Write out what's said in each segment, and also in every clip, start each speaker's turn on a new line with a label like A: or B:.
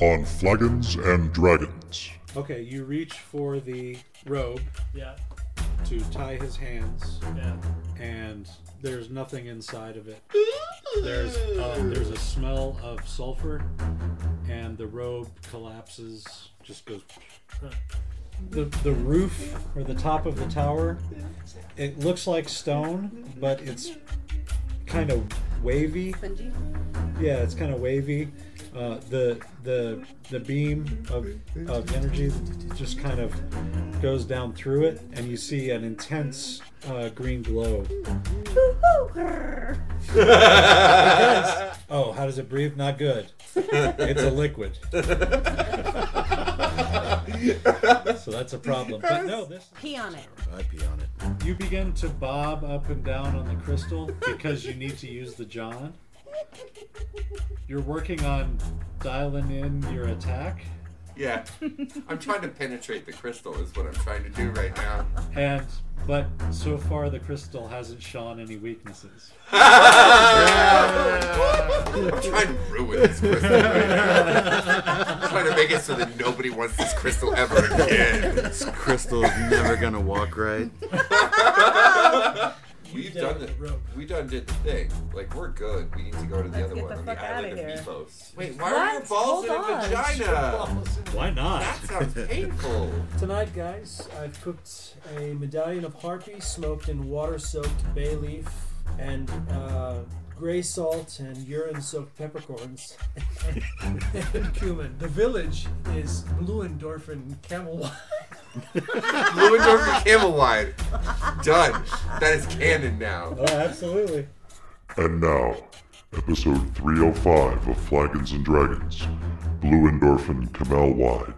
A: on Flagons and Dragons.
B: Okay, you reach for the robe
C: Yeah,
B: to tie his hands,
C: yeah.
B: and there's nothing inside of it. There's uh, there's a smell of sulfur, and the robe collapses, just goes. The the roof or the top of the tower, it looks like stone, but it's kind of wavy. Yeah, it's kind of wavy. Uh, the the the beam of, of energy just kind of goes down through it, and you see an intense uh, green glow. Oh, how does it breathe? Not good. It's a liquid. so that's a problem. But no, this
D: Pee on it.
E: I pee on it.
B: you begin to bob up and down on the crystal because you need to use the John. You're working on dialing in your attack,
F: Yeah. I'm trying to penetrate the crystal is what I'm trying to do right now.
B: and but so far the crystal hasn't shown any weaknesses.
F: I'm trying to ruin this crystal right now. I'm trying to make it so that nobody wants this crystal ever again.
E: This crystal is never gonna walk right.
F: We've done the we done did the thing. Like we're good. We need to go to the other
D: get
F: one
D: the
F: on the
D: fuck outta
F: island of
D: here.
F: Mifos. Wait, why are your
D: What?
F: balls in
D: Hold
F: a
D: on.
F: vagina?
B: Why not?
F: That sounds painful.
G: Tonight, guys, I've cooked a medallion of harpy smoked in water soaked bay leaf and uh, gray salt and urine soaked peppercorns and cumin. The village is blue endorphin camel wine.
F: Blue and over camel wine. Done. That is canon now.
B: Oh, absolutely.
A: And now, episode 305 of Flagons and Dragons Blue Endorphin Kamel Wide.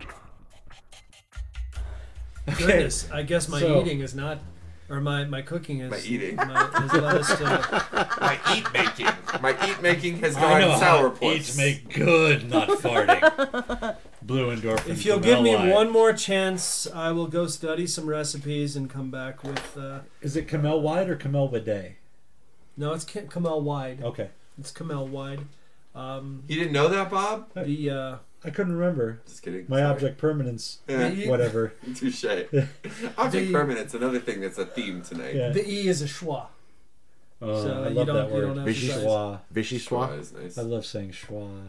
G: Goodness, I guess my
B: So-
G: eating is not, or my, my cooking is.
F: My eating.
G: my- has led us to-
F: My eat making. My eat making has gone sour
B: eats make good, not farting. Blue endorphin.
G: if you'll give me one more chance, I will go study some recipes and come back with. Uh,
B: is it Camel Wide or Camel Bidet?
G: no, it's Ca- Kamel Wide.
B: Okay,
G: It's Kamel Wide. Um,
F: You didn't know that, Bob?
G: the uh,
B: I couldn't remember.
F: Just kidding.
B: My
F: Sorry.
B: object permanence, eh,
F: Yeah.
B: whatever.
F: Touche. Object permanence, another thing that's a theme tonight.
B: Yeah.
G: the E is a schwa.
B: Oh,
G: So
B: I
G: you
B: love
G: don't-
B: that
G: you
B: word.
G: don't emphasize.
B: Schwa.
F: Wow,
E: Vishiswa.
F: that's nice.
B: I love saying schwa.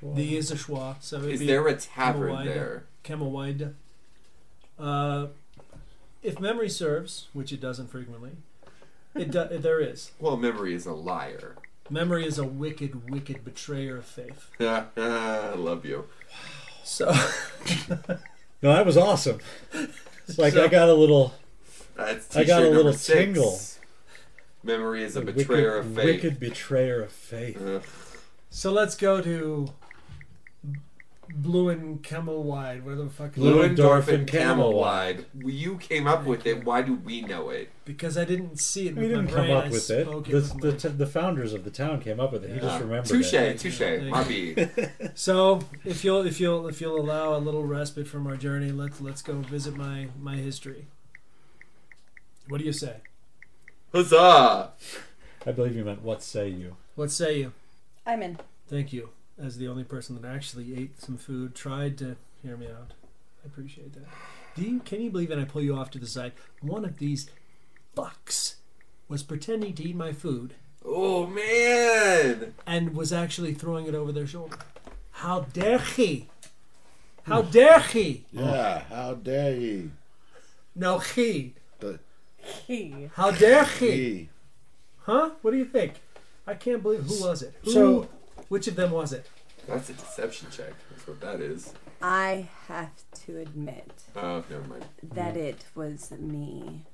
B: Schwa.
G: The E is a schwa. So it'd
F: Is
G: be
F: there a tavern
G: Kamawida.
F: there?
G: Kemawaida. Uh, if memory serves, which it doesn't frequently, it do- there is.
F: Well, memory is a liar.
G: Memory is a wicked, wicked betrayer of faith.
F: Yeah, I love you.
G: So
B: No, that was awesome. It's like
G: So-
B: I got a little.
F: That's t
B: I got a little
F: six.
B: tingle.
F: Memory is a betrayer
B: wicked,
F: of faith.
B: Wicked betrayer of faith.
F: Ugh.
G: so let's go to Blue and Camel Wide, where the fuck
B: Blue
F: Blue
B: and
F: endorphin
B: Dorfin Camel
F: camel wide. You came up with it. Why do we know it?
G: because I didn't see it.
B: We
G: with
B: didn't
G: my
B: come
G: brain,
B: up
G: I
B: with it.
G: spoke
B: The,
G: with
B: the,
G: my-
B: t- the founders of the town came up with it. He just remembered it.
F: Uh, Touche,
G: There
F: touche.
G: you
F: Bobby.
G: So, if you'll if you'll if you'll allow a little respite from our journey, let's let's go visit my my history. What do you say?
F: Huzzah!
B: I believe you meant what say you.
G: What say you?
D: I'm in.
G: Thank you. As the only person that actually ate some food, tried to hear me out. I appreciate that. Do you, can you believe it? I pull you off to the side. One of these fucks was pretending to eat my food
F: Oh, man!
G: and was actually throwing it over their shoulder. How dare he? How dare he?
E: Yeah, how dare ye?
G: No, he.
D: He.
G: How dare he?
E: Ye.
G: Huh? What do you think? I can't believe who was it? Who,
B: So-
G: which of them was it?
F: That's a deception check. That's what that is.
D: I have to admit
F: Oh, never mind.
D: that it was me.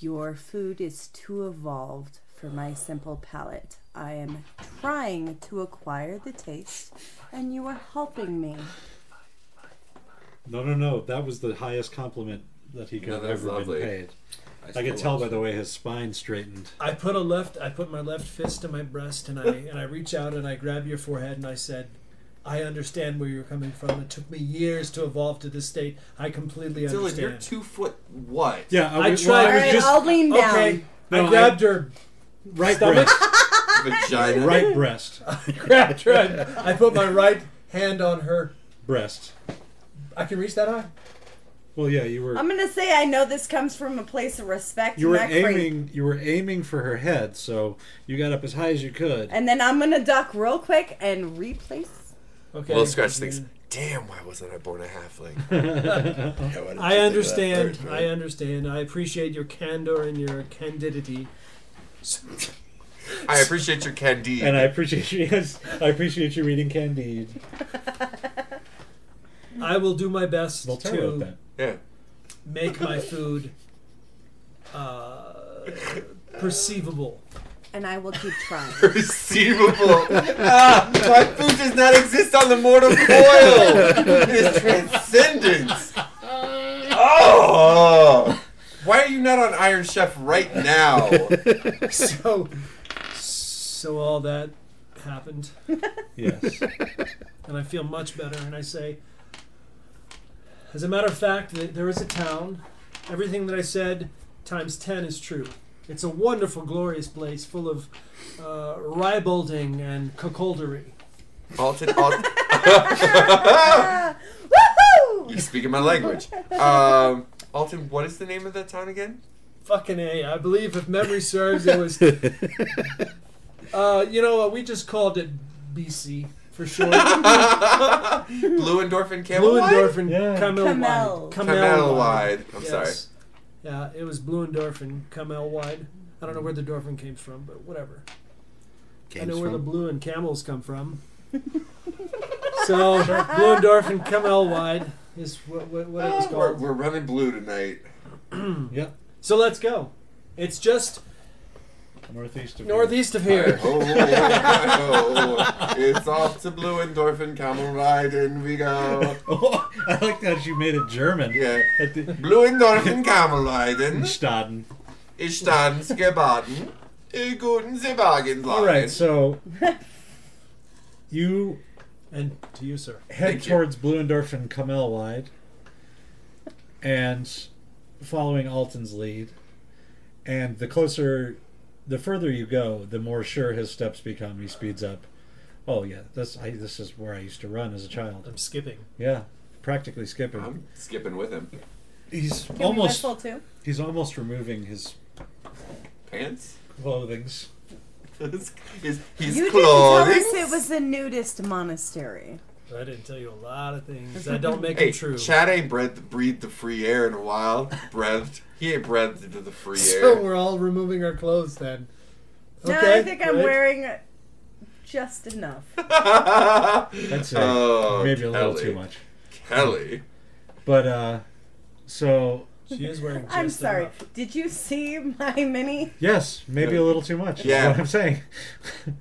D: Your food is too evolved for my simple palate. I am trying to acquire the taste, and you are helping me.
B: No, no, no. That was the highest compliment that he could
F: No,
B: have
F: that's
B: ever
F: lovely.
B: been paid. I
F: still
B: could tell
F: love
B: by
F: it.
B: the way his spine straightened.
G: I put a left. I put my left fist to my breast, and I and I reach out and I grab your forehead, and I said, "I understand where you're coming from. It took me years to evolve to this state. I completely
F: Dylan,
G: understand."
F: you're two foot what?
B: Yeah,
G: I
B: I, was-
G: tried-
B: well, I
D: All
B: was
D: right,
B: just
D: I'll lean down.
G: okay.
B: No,
G: I
B: I-
G: grabbed her
B: right
G: stomach.
B: breast,
F: Vagina.
B: right breast,
G: grabbed her. and I put my right hand on her.
B: breast.
G: I can reach that high.
B: Well, yeah, you were
D: I'm gonna say I know this comes from a place of respect.
B: you were
D: not great.
B: aiming you were aiming for her head, so you got up as high as you could.
D: and then I'm gonna duck real quick and replace.
G: Okay.
F: Well, scratch things. Damn, why wasn't I born a halfling?
E: Yeah, why didn't you
G: I
E: think of that
G: understand.
E: first,
G: I
E: right?
G: understand. I appreciate your candor and your candidity.
F: I appreciate your candide.
B: And I appreciate you. Yes, I appreciate you reading Candide.
G: I will do my best
B: Well,
G: to.
B: turn it then.
F: yeah.
G: make my food uh, perceivable.
D: And I will keep trying.
F: Perceivable. ah, my food does not exist on the mortal coil. It is transcendence. Oh. Why are you not on Iron Chef right now?
G: So, so all that happened,
B: Yes.
G: and I feel much better. And I say, as a matter of fact, th- there is a town. Everything that I said times ten is true. It's a wonderful, glorious place full of uh, ribalding and cuckoldery.
F: Alton, Alton.
D: Woohoo!
F: You're speaking my language. Um, Alton, what is the name of that town again?
G: Fucking A. I believe, if memory serves, it was. Uh, you know what? We just called it BC for sure.
F: Bluendorf and Camelot?
G: Bluendorf and
B: Yeah.
G: Kamel.
D: Kamel.
F: Camelwide. I'm sorry.
G: Yes. Yeah, it was Bluendorf and Kamel Wide. I don't know where the Dorfin came from, but whatever. I know
E: Games
G: where the
E: from-
G: blue and camels come from. so Bluendorf and Kamel Wide is what, what, what it was
F: We're,
G: called.
F: we're running blue tonight.
B: yep.
G: So let's go. It's just
B: Northeast of here.
G: northeast of
F: Oh,
G: here.
F: oh, oh, it's off to Bluendorf and Camelride, and we go.
B: Oh, I like that you made it German.
F: Yeah.
B: At the
F: Bluendorf and Camelride,
B: Staden.
F: ich tanz gebaden, i guten Sebagen
B: All right, so you
G: And to you, sir.
B: head
F: Thank you.
B: towards Bluendorf and Kamelwide, and following Alton's lead. And the closer, the further you go, the more sure his steps become. He speeds up. Oh yeah, this I, this is where I used to run as a child.
G: I'm skipping.
B: Yeah, practically skipping.
F: I'm skipping with him.
B: he's
D: Can
B: almost
D: we whistle too?
B: he's almost removing his
F: Pants?
B: clothing's.
F: His, his, his
D: You didn't tell
F: clothing?
D: us it was the nudist monastery.
G: I didn't tell you a lot of things that don't make
F: Hey,
G: it true.
F: Chad ain't breathed, breathed the free air in a while. Breathed. He ain't breathed into the free
G: so
F: air.
G: we're all removing our clothes then.
D: no, I think I'm
G: right?
D: wearing just enough.
B: That's it.
F: Oh,
B: Maybe a little
F: Kelly.
B: too much.
F: Kelly.
B: But uh, so
G: She is wearing. Just
D: I'm sorry.
G: enough.
D: Did you see my mini?
B: Yes, maybe
F: Yeah.
B: a little too much. Yeah,
F: Yeah.
B: what I'm saying.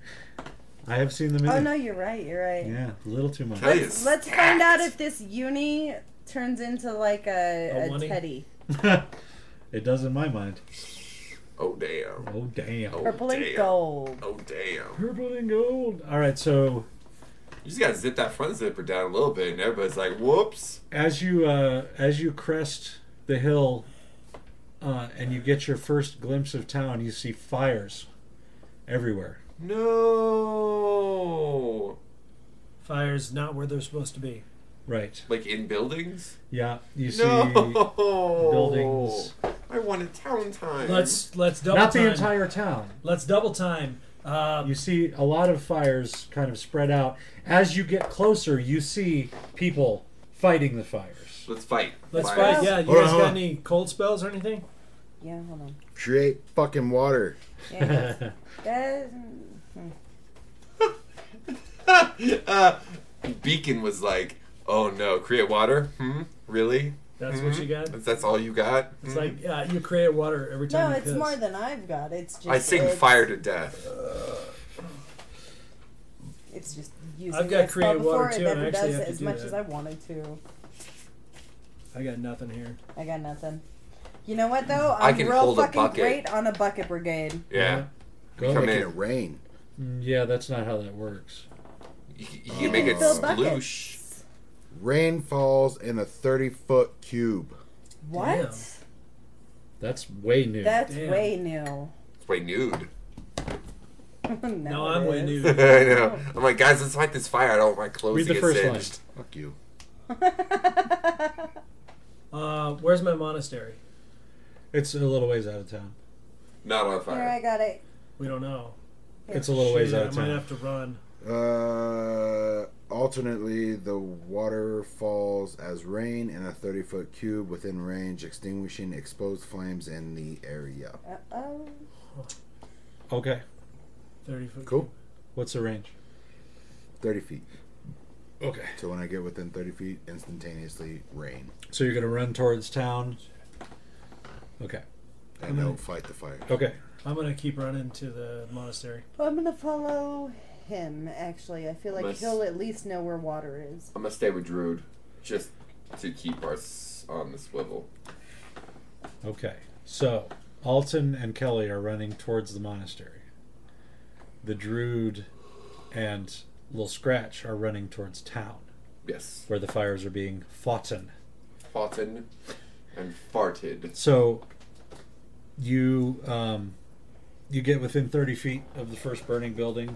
B: I have seen them in.
D: Oh
B: it.
D: no, you're right. You're right.
B: Yeah, a little too much.
F: Kelly
D: Let's,
F: is
D: let's find out
F: stacked.
D: if this uni turns into like
G: A
D: a, a,
G: oney?
D: teddy.
B: it does in my mind.
F: Oh, damn.
B: Oh damn.
F: Oh,
D: Purple and
F: damn.
D: gold.
F: Oh, damn.
B: Purple and gold. All right, so
F: You just gotta zip that front zipper down a little bit, and everybody's like, whoops.
B: as you uh, as you crest the hill, uh, and you get your first glimpse of town, you see fires everywhere.
F: No.
G: Fire's not where they're supposed to be.
B: Right.
F: Like in buildings?
B: Yeah, you see
F: No.
B: buildings.
F: I wanted town time.
G: Let's let's double
B: Not
G: time.
B: the entire town.
G: Let's double time. Um,
B: You see a lot of fires kind of spread out. As you get closer, you see people fighting the fires.
F: Let's fight.
G: let's
F: Fires.
G: fight. Yeah, you
E: Hold on,
G: guys
E: hold
G: got
E: on.
G: any cold spells or anything?
D: Yeah, hold on.
E: Create fucking water.
D: Yeah, that's-
F: uh, Beacon was like, "Oh no, create water? Hmm, really?
G: That's what you got.
B: Mm-hmm.
F: That's, that's all you got?"
G: It's
F: Hmm.
G: like uh, you create water every
D: no,
G: time. you
D: it's
G: piss.
D: more than I've got. It's just
F: I sing
D: it's,
F: fire to death.
D: It's just using
G: I've got
D: my spell
G: creative water,
D: before
G: too,
D: It
G: and I
D: never
G: actually
D: does
G: have
D: it
G: to
D: as
G: do
D: much
G: that.
D: as I wanted to.
G: I got nothing here.
D: I got nothing. You know what though? I'm
F: I can
D: real
F: hold a
D: fucking
F: bucket.
D: great on a bucket brigade.
F: Yeah.
E: Go
F: Come
E: making
F: in.
E: it rain.
B: Yeah, that's not how that works.
F: You, you can make it
D: Fill
F: sploosh.
D: buckets.
E: Rain falls in a 30 foot cube.
D: What?
G: Damn.
B: That's way new.
D: That's
G: Damn.
D: way new.
F: It's way nude.
D: no,
G: No,
D: it
G: I'm way
D: is.
F: I
G: new.
F: know. I'm like, guys, let's light this fire. I don't want my clothes
B: Read the
F: to get
B: first
F: singed.
B: line.
E: Fuck you.
G: Uh, where's my monastery?
B: It's a little ways out of town.
F: Not on
D: Here, I
F: fire.
D: got it.
G: We don't know.
B: It's a little ways
G: Shit,
B: out of
G: I might
B: town.
G: have to run.
E: Uh, alternately, the water falls as rain in a 30 foot cube within range, extinguishing exposed flames in the area.
D: Uh oh.
B: Okay.
G: Thirty foot.
E: Cool.
B: What's the range?
E: 30 feet.
B: Okay.
E: So when I get within 30 feet, instantaneously rain.
B: So you're gonna run towards town. Okay.
E: And they'll fight the fire.
B: Okay.
G: I'm gonna keep running to the monastery.
D: I'm gonna follow him. Actually, I feel like
F: Let's-
D: he'll at least know where water is.
F: I'm gonna stay with Drood, just to keep us on the swivel.
B: Okay. So Alton and Kelly are running towards the monastery. The Druid and Little Scratch are running towards town,
F: Yes.
B: where the fires are being fought in.
F: Farted and farted.
B: So you um, you get within thirty feet of the first burning building.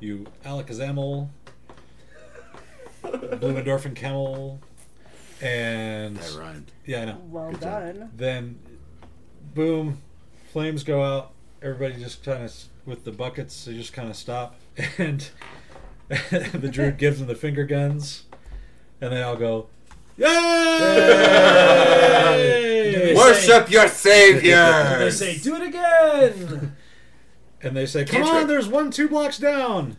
B: You Alakazamel, Blumendorfen Camel, and
E: That rhymed.
B: yeah, I know.
D: Well
E: Good job.
D: done.
B: Then, boom, flames go out. Everybody just kind of with the buckets, they just kind of stop, and the druid gives them the finger guns, and they all go, "Yay!"
G: They
F: Worship your
G: Say, they
F: savior.
G: say, "Do it again."
B: And they say, "Come
F: Cantrip.
B: on, there's one two blocks down."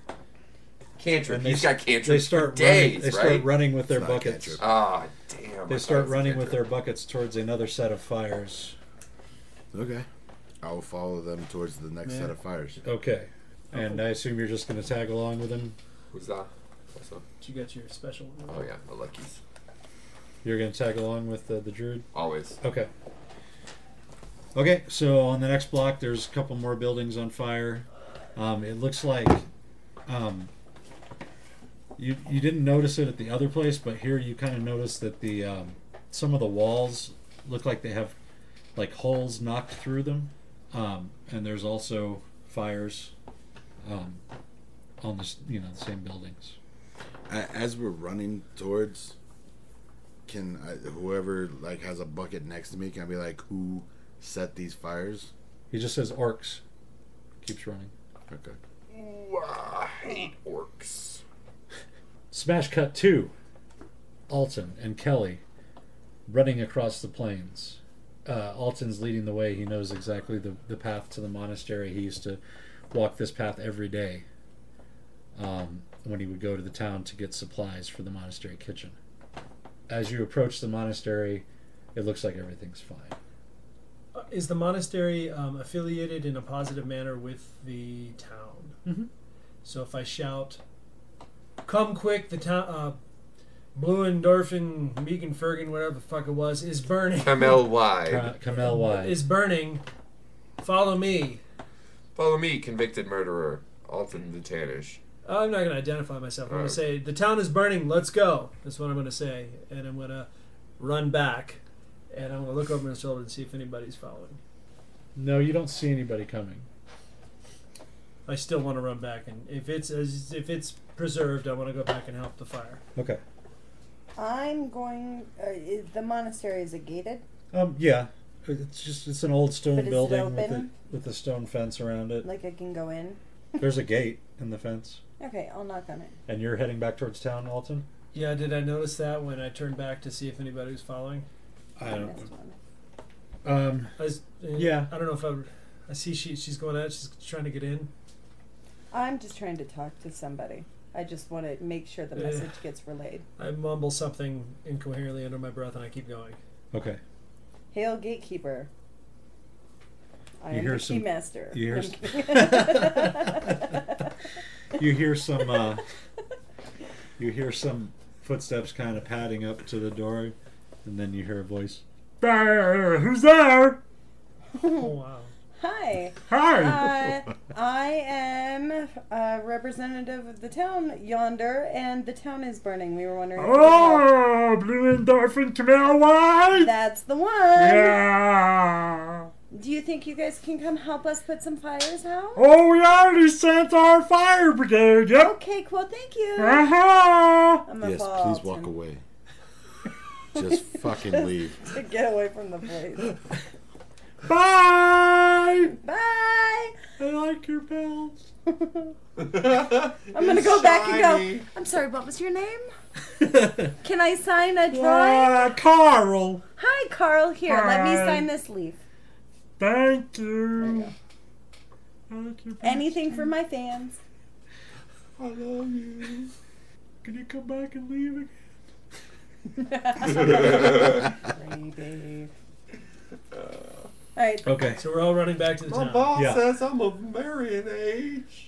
F: Cantrip.
B: And they-
F: He's got cantrips
B: They start
F: for days,
B: running. They
F: right?
B: start running with their
E: It's not
B: buckets.
E: cantrip.
F: Ah, damn.
B: They start running with their buckets towards another set of fires.
E: Okay. I will follow them towards the next set of fires.
B: Okay,
F: Oh,
B: and I assume you're just going to tag along with them.
F: Who's that? Also,
G: Did you get your special?
F: oh yeah, the luckies.
B: You're going to tag along with uh, the, the druid.
F: Always.
B: Okay. Okay, so on the next block, there's a couple more buildings on fire. Um, it looks like um, you you didn't notice it at the other place, but here you kind of notice that the um, some of the walls look like they have like holes knocked through them, um, and there's also fires um, on the s- you know the same buildings.
E: A- As we're running towards, can I, whoever like has a bucket next to me can I be like, who set these fires?
B: He just says orcs. Keeps running.
E: Okay.
F: Ooh, I hate orcs.
B: Smash cut two. Alton and Kelly running across the plains. Uh, Alton's leading the way. He knows exactly the, the path to the monastery. He used to walk this path every day um, when he would go to the town to get supplies for the monastery kitchen. As you approach the monastery, it looks like everything's fine.
G: Uh, Is the monastery um, affiliated in a positive manner with the town?
B: Mhm.
G: So if I shout, "Come quick! The town, uh, Bluendorfen, Meganfergen, whatever the fuck it was, is burning.
F: Camel wide.
G: Uh,
B: Ca- Kamel Wise.
G: is burning. Follow me."
F: Follow me, convicted murderer, Alton the Tannish.
G: I'm not going to identify myself. I'm going
F: Alright.
G: to say, the town is burning. Let's go. That's what I'm going to say. And I'm going to run back. And I'm going to look over my shoulder and see if anybody's following.
B: No, you don't see anybody coming.
G: I still want to run back. And if it's as if it's preserved, I want to go back and help the fire.
B: Okay.
D: I'm going. Uh, i- the monastery is it gated?
B: Um, yeah. It's just it's an old stone
D: But is it
B: building with a,
D: open?
B: with a stone fence around it.
D: Like I can go in?
B: There's a gate in the fence,
D: Okay, I'll knock on it.
B: and you're heading back towards town, Alton.
G: Yeah, did I notice that when I turned back to see if anybody was following?
B: I
D: missed one.
B: Um,
G: I was, uh,
B: Yeah.
G: I don't know if I. would- I see she, she's going out. She's trying to get in.
D: I'm just trying to talk to somebody. I just want to make sure the
G: Yeah.
D: message gets relayed.
G: I mumble something incoherently under my breath, and I keep going.
B: okay.
D: Hail gatekeeper. I
B: You
D: am
B: hear
D: the
B: some-
D: keymaster.
B: you hear
D: I'm
B: s-
D: kidding.
B: You hear some. Uh, you hear some footsteps kind of padding up to the door. And then you hear a voice. "Brr, Who's there?
G: Oh, wow.
D: Hi.
B: Hi.
D: Uh, I am a representative of the town yonder, and the town is burning. We were wondering. if we could help.
B: Oh, Bluendorf and Camille White.
D: That's the one.
B: Yeah.
D: Do you think you guys can come help us put some fires out?
B: Oh, we already sent our fire brigade. Yep.
D: Okay, cool. Thank you.
B: Uh huh.
D: I'm
E: Yes, please walk
D: involved
E: away. Just fucking leave.
D: and- Get away from the place.
B: Bye.
D: Bye.
B: I like your pals.
D: I'm gonna go back and go. I'm sorry. What was your name? Can I sign a drawing?
B: Uh, Carl.
D: Hi, Carl. Here, let me
B: Hi.
D: sign this leaf.
B: Thank you. Thank you.
D: Anything for my fans.
B: I love you. Can you come back and leave again?
D: Creepy. All right.
B: Okay.
G: So we're all running back to the town.
B: Yeah.
F: says I'm of marrying age.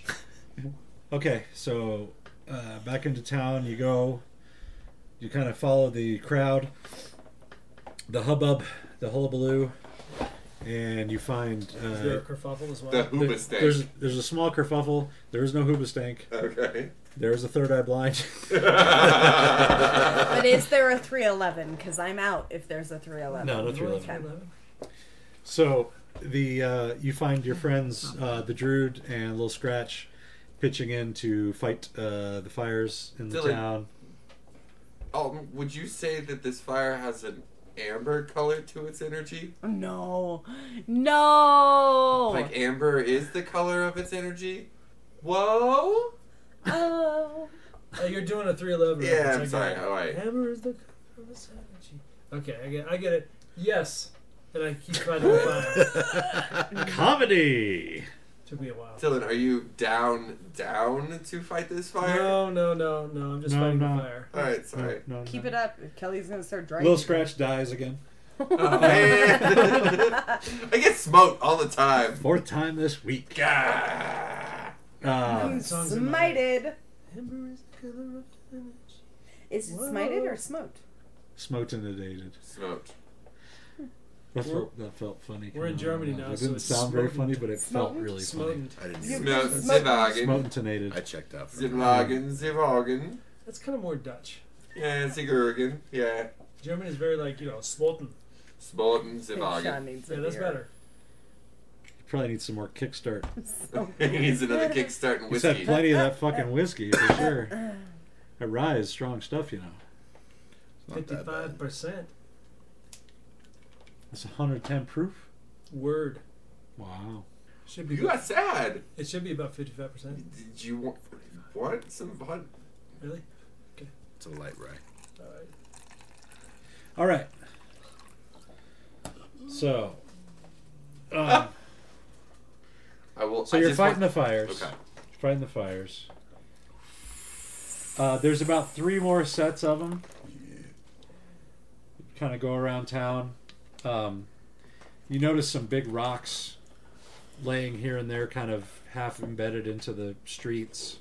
B: Okay, so uh, back into town you go. You kind of follow the crowd, the hubbub, the hullabaloo, and you find
G: Is there a
B: uh,
G: kerfuffle as well?
F: The Hooba
B: there- there's there's a small kerfuffle. There is no hoobastank.
F: Okay.
B: There is a third eye blind.
D: But is there a 311? Because I'm out if there's a 311.
B: no, that's really
D: Okay.
B: so. The uh, you find your friends, uh, the Druid and Little Scratch, pitching in to fight uh, the fires in the
F: Dilly.
B: town.
F: Um, would you say that this fire has an amber color to its energy?
D: No. No.
F: Like amber is the color of its energy? Whoa!
D: oh.
G: Uh, you're doing a 311.
F: Yeah,
G: reference,
F: I'm
G: I get
F: sorry,
G: it.
F: alright.
G: Hammer is the color of sanity. Okay, I get, I get it. Yes. And I keep finding the fire.
D: Mm-hmm.
B: Comedy.
G: Took me a while.
F: Dylan, are you down, down to fight this fire?
G: No, no, no, no. I'm just
B: No,
G: fighting
B: no.
G: the fire.
F: Alright, sorry.
B: No, no,
D: Keep
B: no.
D: it up. Kelly's going to start drinking.
B: Little Scratch dies again.
F: Oh, man. I get smoked all the time.
B: Fourth time this week.
F: Gah.
B: Uh,
G: Songs in my head.
D: Smited.
G: Hammer is the color of sanity.
D: Is it
G: Whoa.
D: smited or smoked?
B: smoked and inundated.
F: Smoked.
B: That's
G: We're-
B: what, that felt funny.
G: we're in
B: Uh,
G: Germany now,
B: It
G: so
B: didn't
G: it's
B: sound very
G: smoking.
B: funny, but it felt
D: Smoking.
B: really
G: Smoking.
E: I didn't.
D: You-
F: Smoked.
D: Smoked.
F: Zivagen.
B: funny. Smoked and inundated.
E: I checked out. For that.
F: Zivagen, Zivagen.
G: That's kind of more Dutch.
F: Yeah, Zigurgen. Yeah.
G: German is very like, you know, smoking.
F: Smolten,
D: Sean
F: Zivagen.
D: needs
G: Yeah,
D: it
G: that's
D: here.
G: better.
B: You probably need some more kickstart.
D: Oh.
F: he needs another kickstart in
B: He's had
F: whiskey.
B: plenty of that
G: Uh,
B: fucking whiskey for sure. That rye is strong stuff, you know.
E: Not that bad.
G: 55%.
B: It's 110 proof.
G: Word.
B: Wow.
G: Should be
F: You got Mm. sad.
G: It should be about 55%.
F: Did you want, want some hot
G: Really?
E: It's a light rye.
G: All right.
B: All right. So. Um,
F: I will.
B: so
F: I
B: you're
F: just
B: fighting the
F: want-
B: fires.
F: Okay.
B: Fighting the fires. Uh, there's about three more sets of them. Kind of go around town. Um, you notice some big rocks laying here and there, kind of half embedded into the streets.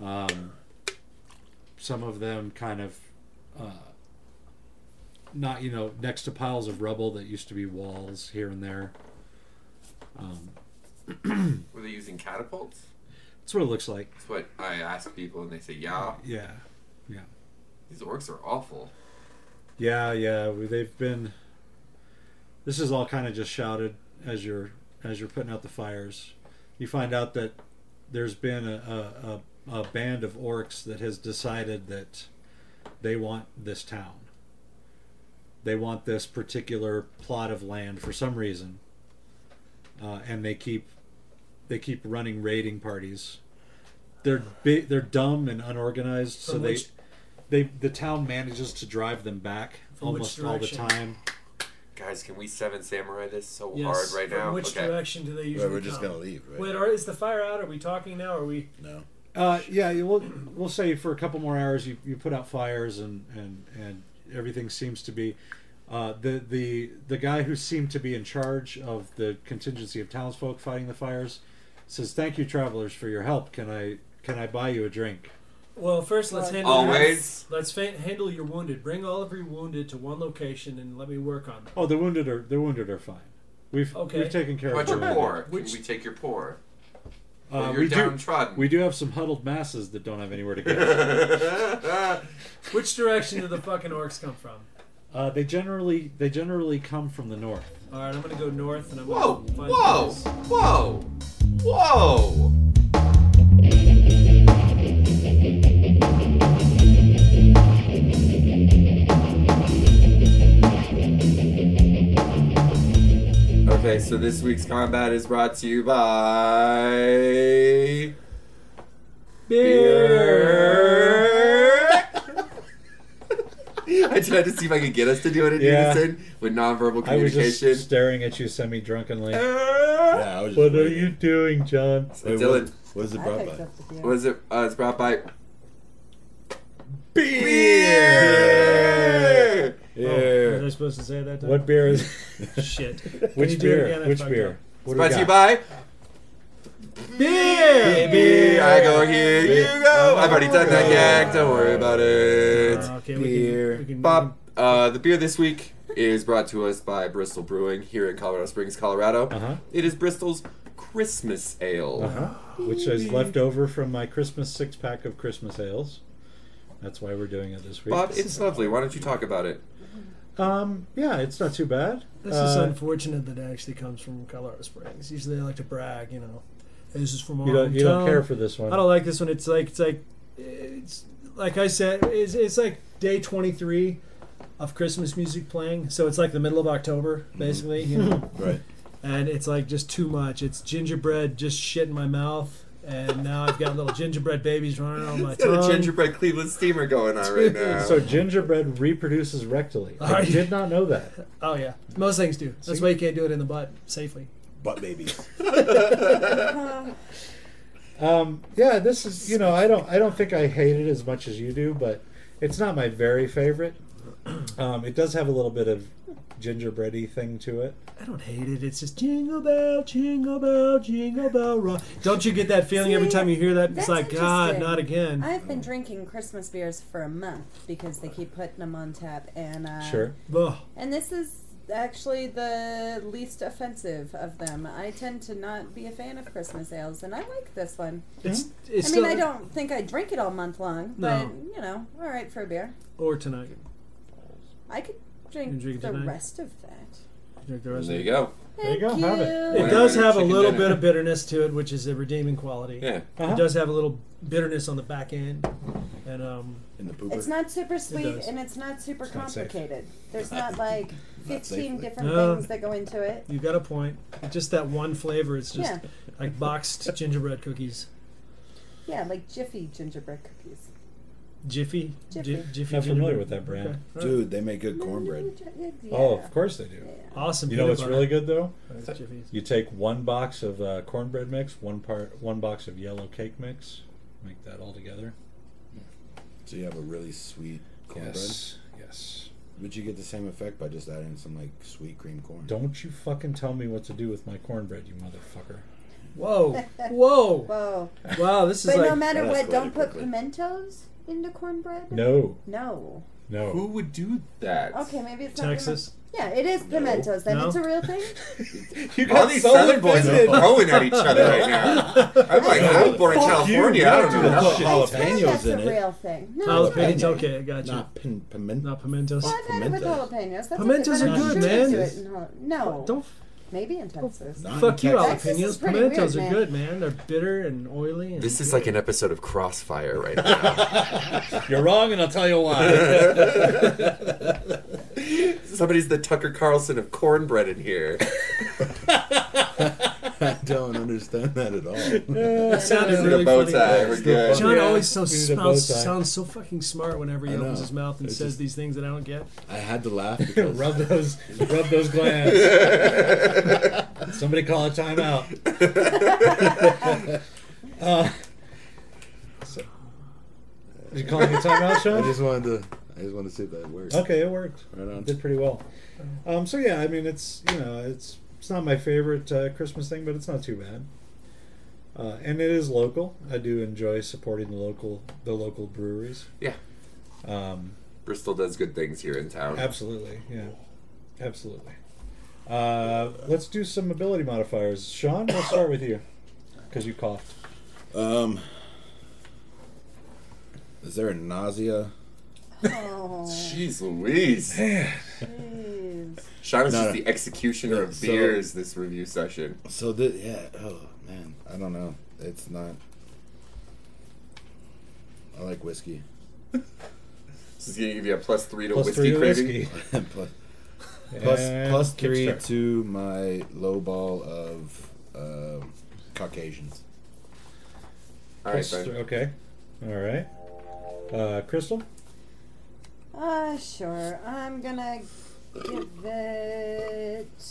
B: Um, some of them kind of uh, not, you know, next to piles of rubble that used to be walls here and there. Um,
F: Were they using catapults?
B: that's what it looks like.
F: That's what I ask people, and they say, "Yeah,
B: Yeah.
F: these orcs are awful."
B: Yeah, yeah, we- they've been. This is all kind of just shouted as you're as you're putting out the fires. You find out that there's been a a, a, a band of orcs that has decided that they want this town. They want this particular plot of land for some reason, uh, and they keep they keep running raiding parties. They're bi- they're dumb and unorganized, so
G: From
B: they
G: which-
B: they the town manages to drive them back
G: From which
B: almost all the
G: direction?
B: time.
F: Guys, can we seven samurai this so
G: Yes.
F: hard right
G: From
F: now?
G: which direction do they usually
E: Well, we're just
G: come?
E: gonna leave, right?
G: Wait, are, is the fire out? Are we talking now? Are we?
E: No.
B: Uh, yeah, you- we'll we'll say for a couple more hours you, you put out fires and and and everything seems to be. Uh, the the the guy who seemed to be in charge of the contingency of townsfolk fighting the fires says, "Thank you, travelers, for your help. Can I can I buy you a drink?"
G: Well, first let's
D: Well,
G: handle
F: Always.
G: Your, let's fa- handle your wounded. Bring all of your wounded to one location and let me work on them.
B: Oh, the wounded are the wounded are fine. We've
G: Okay.
B: we've taken care
F: How
B: of
F: about your
B: the
F: poor?
B: wounded.
F: Can
G: Which-
F: we take your poor?
B: Uh,
F: you're
B: we do
F: downtrodden.
B: we do have some huddled masses that don't have anywhere to go.
G: Which direction do the fucking orcs come from?
B: uh, they generally they generally come from the north.
G: All right, I'm gonna go north and I'm
F: Whoa!
G: gonna find
F: Whoa! Whoa!
G: Place.
F: Whoa! Okay, so this week's combat is brought to you by beer. I tried to see if I could get us to do it in
B: Yeah.
F: unison with nonverbal
B: I was
F: communication.
B: just staring at you semi drunkenly.
E: Yeah, I was just
B: What are
E: waiting.
B: you doing, John?
E: Wait,
F: Dylan.
E: What, what is it
D: I
E: brought
D: picked
E: by?
D: up the beer.
F: What is it? Uh, it's brought by
E: Beer.
F: beer.
G: Oh, was
E: Yeah.
G: I supposed to say that? Time?
B: What beer is?
G: Shit. Can you
B: Which
G: do it
B: beer?
G: again? I
B: Which
G: fucked
B: beer?
G: up.
B: What do we
F: Brought to you
B: got?
F: by
G: Beer.
F: beer. I go here, you go. I've already done that gag. Don't worry about it.
G: Uh, okay,
E: beer.
G: We can, we can,
F: Bob, uh, the beer this week is brought to us by Bristol Brewing here in Colorado Springs, Colorado.
B: Uh-huh.
F: It is Bristol's Christmas ale.
B: Uh-huh. Which is left over from my Christmas six pack of Christmas ales. That's why we're doing it this week.
F: Bob, it's lovely. Why don't you talk about it?
B: um, yeah, it's not too bad.
G: This is
B: Uh,
G: unfortunate that it actually comes from Colorado Springs. Usually, they like to brag, you know. This is from our
B: you don't you don't
G: hometown.
B: care for this one.
G: I don't like this one. It's like it's like it's like I said. It's, it's like day twenty three of Christmas music playing. So it's like the middle of October,
F: Mm-hmm.
G: basically. You know,
E: Right.
G: and it's like just too much. It's gingerbread, just shit in my mouth, and now I've got little gingerbread babies running on my
F: It's got
G: tongue.
F: a gingerbread Cleveland steamer going on right now.
B: so gingerbread reproduces rectally. I
G: Are you-
B: did not know that.
G: oh yeah, most things do. That's why you can't do it in the butt safely.
E: Butt babies.
B: Um, yeah, this is you know I don't I don't think I hate it as much as you do, but it's not my very favorite. Um, it does have a little bit of gingerbready thing to it.
G: I don't hate it. It's just jingle bell, jingle bell, jingle bell rock. Don't you get that feeling every
D: See,
G: time you hear that? It's
D: that's
G: like God,
D: interesting.
G: not again.
D: I've been drinking Christmas beers for a month because they keep putting them on tap, and uh,
B: Sure.
G: Ugh.
D: And this is actually the least offensive of them. I tend to not be a fan of Christmas ales, and I like this one.
G: It's, it's
D: Hmm? I mean,
G: still-
D: I don't think I drink it all month long, but
G: No.
D: you know, all right for a beer.
G: Or tonight.
D: I could
G: You
D: drink,
G: drink it
D: the
G: tonight?
D: rest of that.
G: Drink the rest
F: there
G: of
F: you
G: it.
F: go.
D: Thank
B: you go, have it.
G: It
F: Whatever,
G: does have a
F: chicken
G: little
F: dinner.
G: bit of bitterness to it, which is a redeeming quality.
F: Yeah.
B: Uh-huh.
G: It does have a little bitterness on the back end, and um,
E: In the pooper.
D: It's not super sweet
G: does.
D: and it's not super
B: not safe.
D: complicated. There's not like
E: Not
D: 15
E: safely.
D: different
G: No.
D: things that go into it.
G: you got a point. Just that one flavor. It's just
D: Yeah.
G: like boxed gingerbread cookies.
D: Yeah, like Jiffy gingerbread cookies.
G: Jiffy,
D: Jiffy.
G: Ji- Jiffy.
B: Not familiar
G: gingerbread.
B: with that brand.
G: Okay. All right.
E: Dude, they make good cornbread.
D: Yeah.
B: Oh, of course they do.
G: Awesome.
B: You know what's really good though?
G: good? Jiffy's.
B: You take one box of uh, cornbread mix, one part, one box of yellow cake mix, make that all together.
E: So you have a really sweet cornbread.
B: yes.
E: But you get the same effect by just adding some like sweet cream corn.
B: Don't you fucking tell me what to do with my cornbread, you motherfucker.
G: Whoa, whoa,
D: Whoa.
G: wow! This is
D: But
G: like
D: no matter
E: That's
D: what, don't
E: really
D: put
E: quickly.
D: pimentos into cornbread?
B: No,
D: No.
B: no.
F: Who would do that?
D: Okay, maybe it's not
G: Texas.
D: piment- Yeah, it is pimentos. Then
G: No.
D: it's a real thing.
B: You
F: All these Southern boys are throwing at each other right now. I'm like, I was born in California. I don't know that shit.
D: I swear that's a real thing. No, it's
G: Jalapenos.
D: not.
G: Okay, I got you. Not,
E: Not pin- piment.
G: pimentos.
D: Well, I've had it with
E: Pimentos.
D: jalapenos. That's okay,
G: Pimentos
D: but
G: are
D: I'm
G: good,
D: sure they
G: man.
D: do it in Jal- No,
G: Don't
D: maybe in Texas.
E: Not
G: fuck
E: in
G: you,
E: Texas.
D: Texas is
G: jalapenos.
D: pretty
G: Pimentos
D: weird,
G: are
D: man.
G: good, man. They're bitter and oily. And
F: This is like an episode of Crossfire right now.
B: You're wrong, and I'll tell you why.
F: Somebody's the Tucker Carlson of cornbread in here.
E: I don't understand that at all.
G: That sounded
F: The
G: really
F: bow
G: funny.
F: tie, we're good.
G: John
B: Yeah,
G: always so
B: we need a
G: sounds,
B: bow tie.
G: sounds so fucking smart whenever he
E: I
G: opens
E: know.
G: his mouth and
E: It's
G: says
E: just-
G: these things that I don't get.
E: I had to laugh because
B: rub those, rub those glands. Somebody call a timeout. Uh, so- Did you call me a timeout,
E: I
B: Sean?
E: just wanted to. I just wanted to see if that worked.
B: Okay, it worked.
E: Right on.
B: did pretty well. Um, so yeah, I mean, it's you know, it's it's not my favorite uh, Christmas thing, but it's not too bad. Uh, and it is local. I do enjoy supporting the local the local breweries.
F: Yeah.
B: Um,
F: Bristol does good things here in town.
B: Absolutely, yeah, absolutely. Uh, let's do some ability modifiers. Sean, we'll start with you because you coughed.
E: Um, is there a nausea?
D: Oh,
F: Jeez Louise.
D: jeez.
F: Sean is
E: No,
F: just
E: no.
F: the executioner of
E: So-
F: beers this review session.
E: So that yeah. Oh man, I don't know. It's not. I like whiskey.
F: This is going to give you a plus three to
B: Plus
F: whiskey
B: three to
F: craving.
B: whiskey.
E: plus, plus,
B: And
E: plus three
B: kickstart.
E: to my low ball of um Caucasians.
F: All right,
B: Plus
F: fine.
B: three- okay. All right. Uh, Crystal.
D: Uh, sure. I'm gonna give it.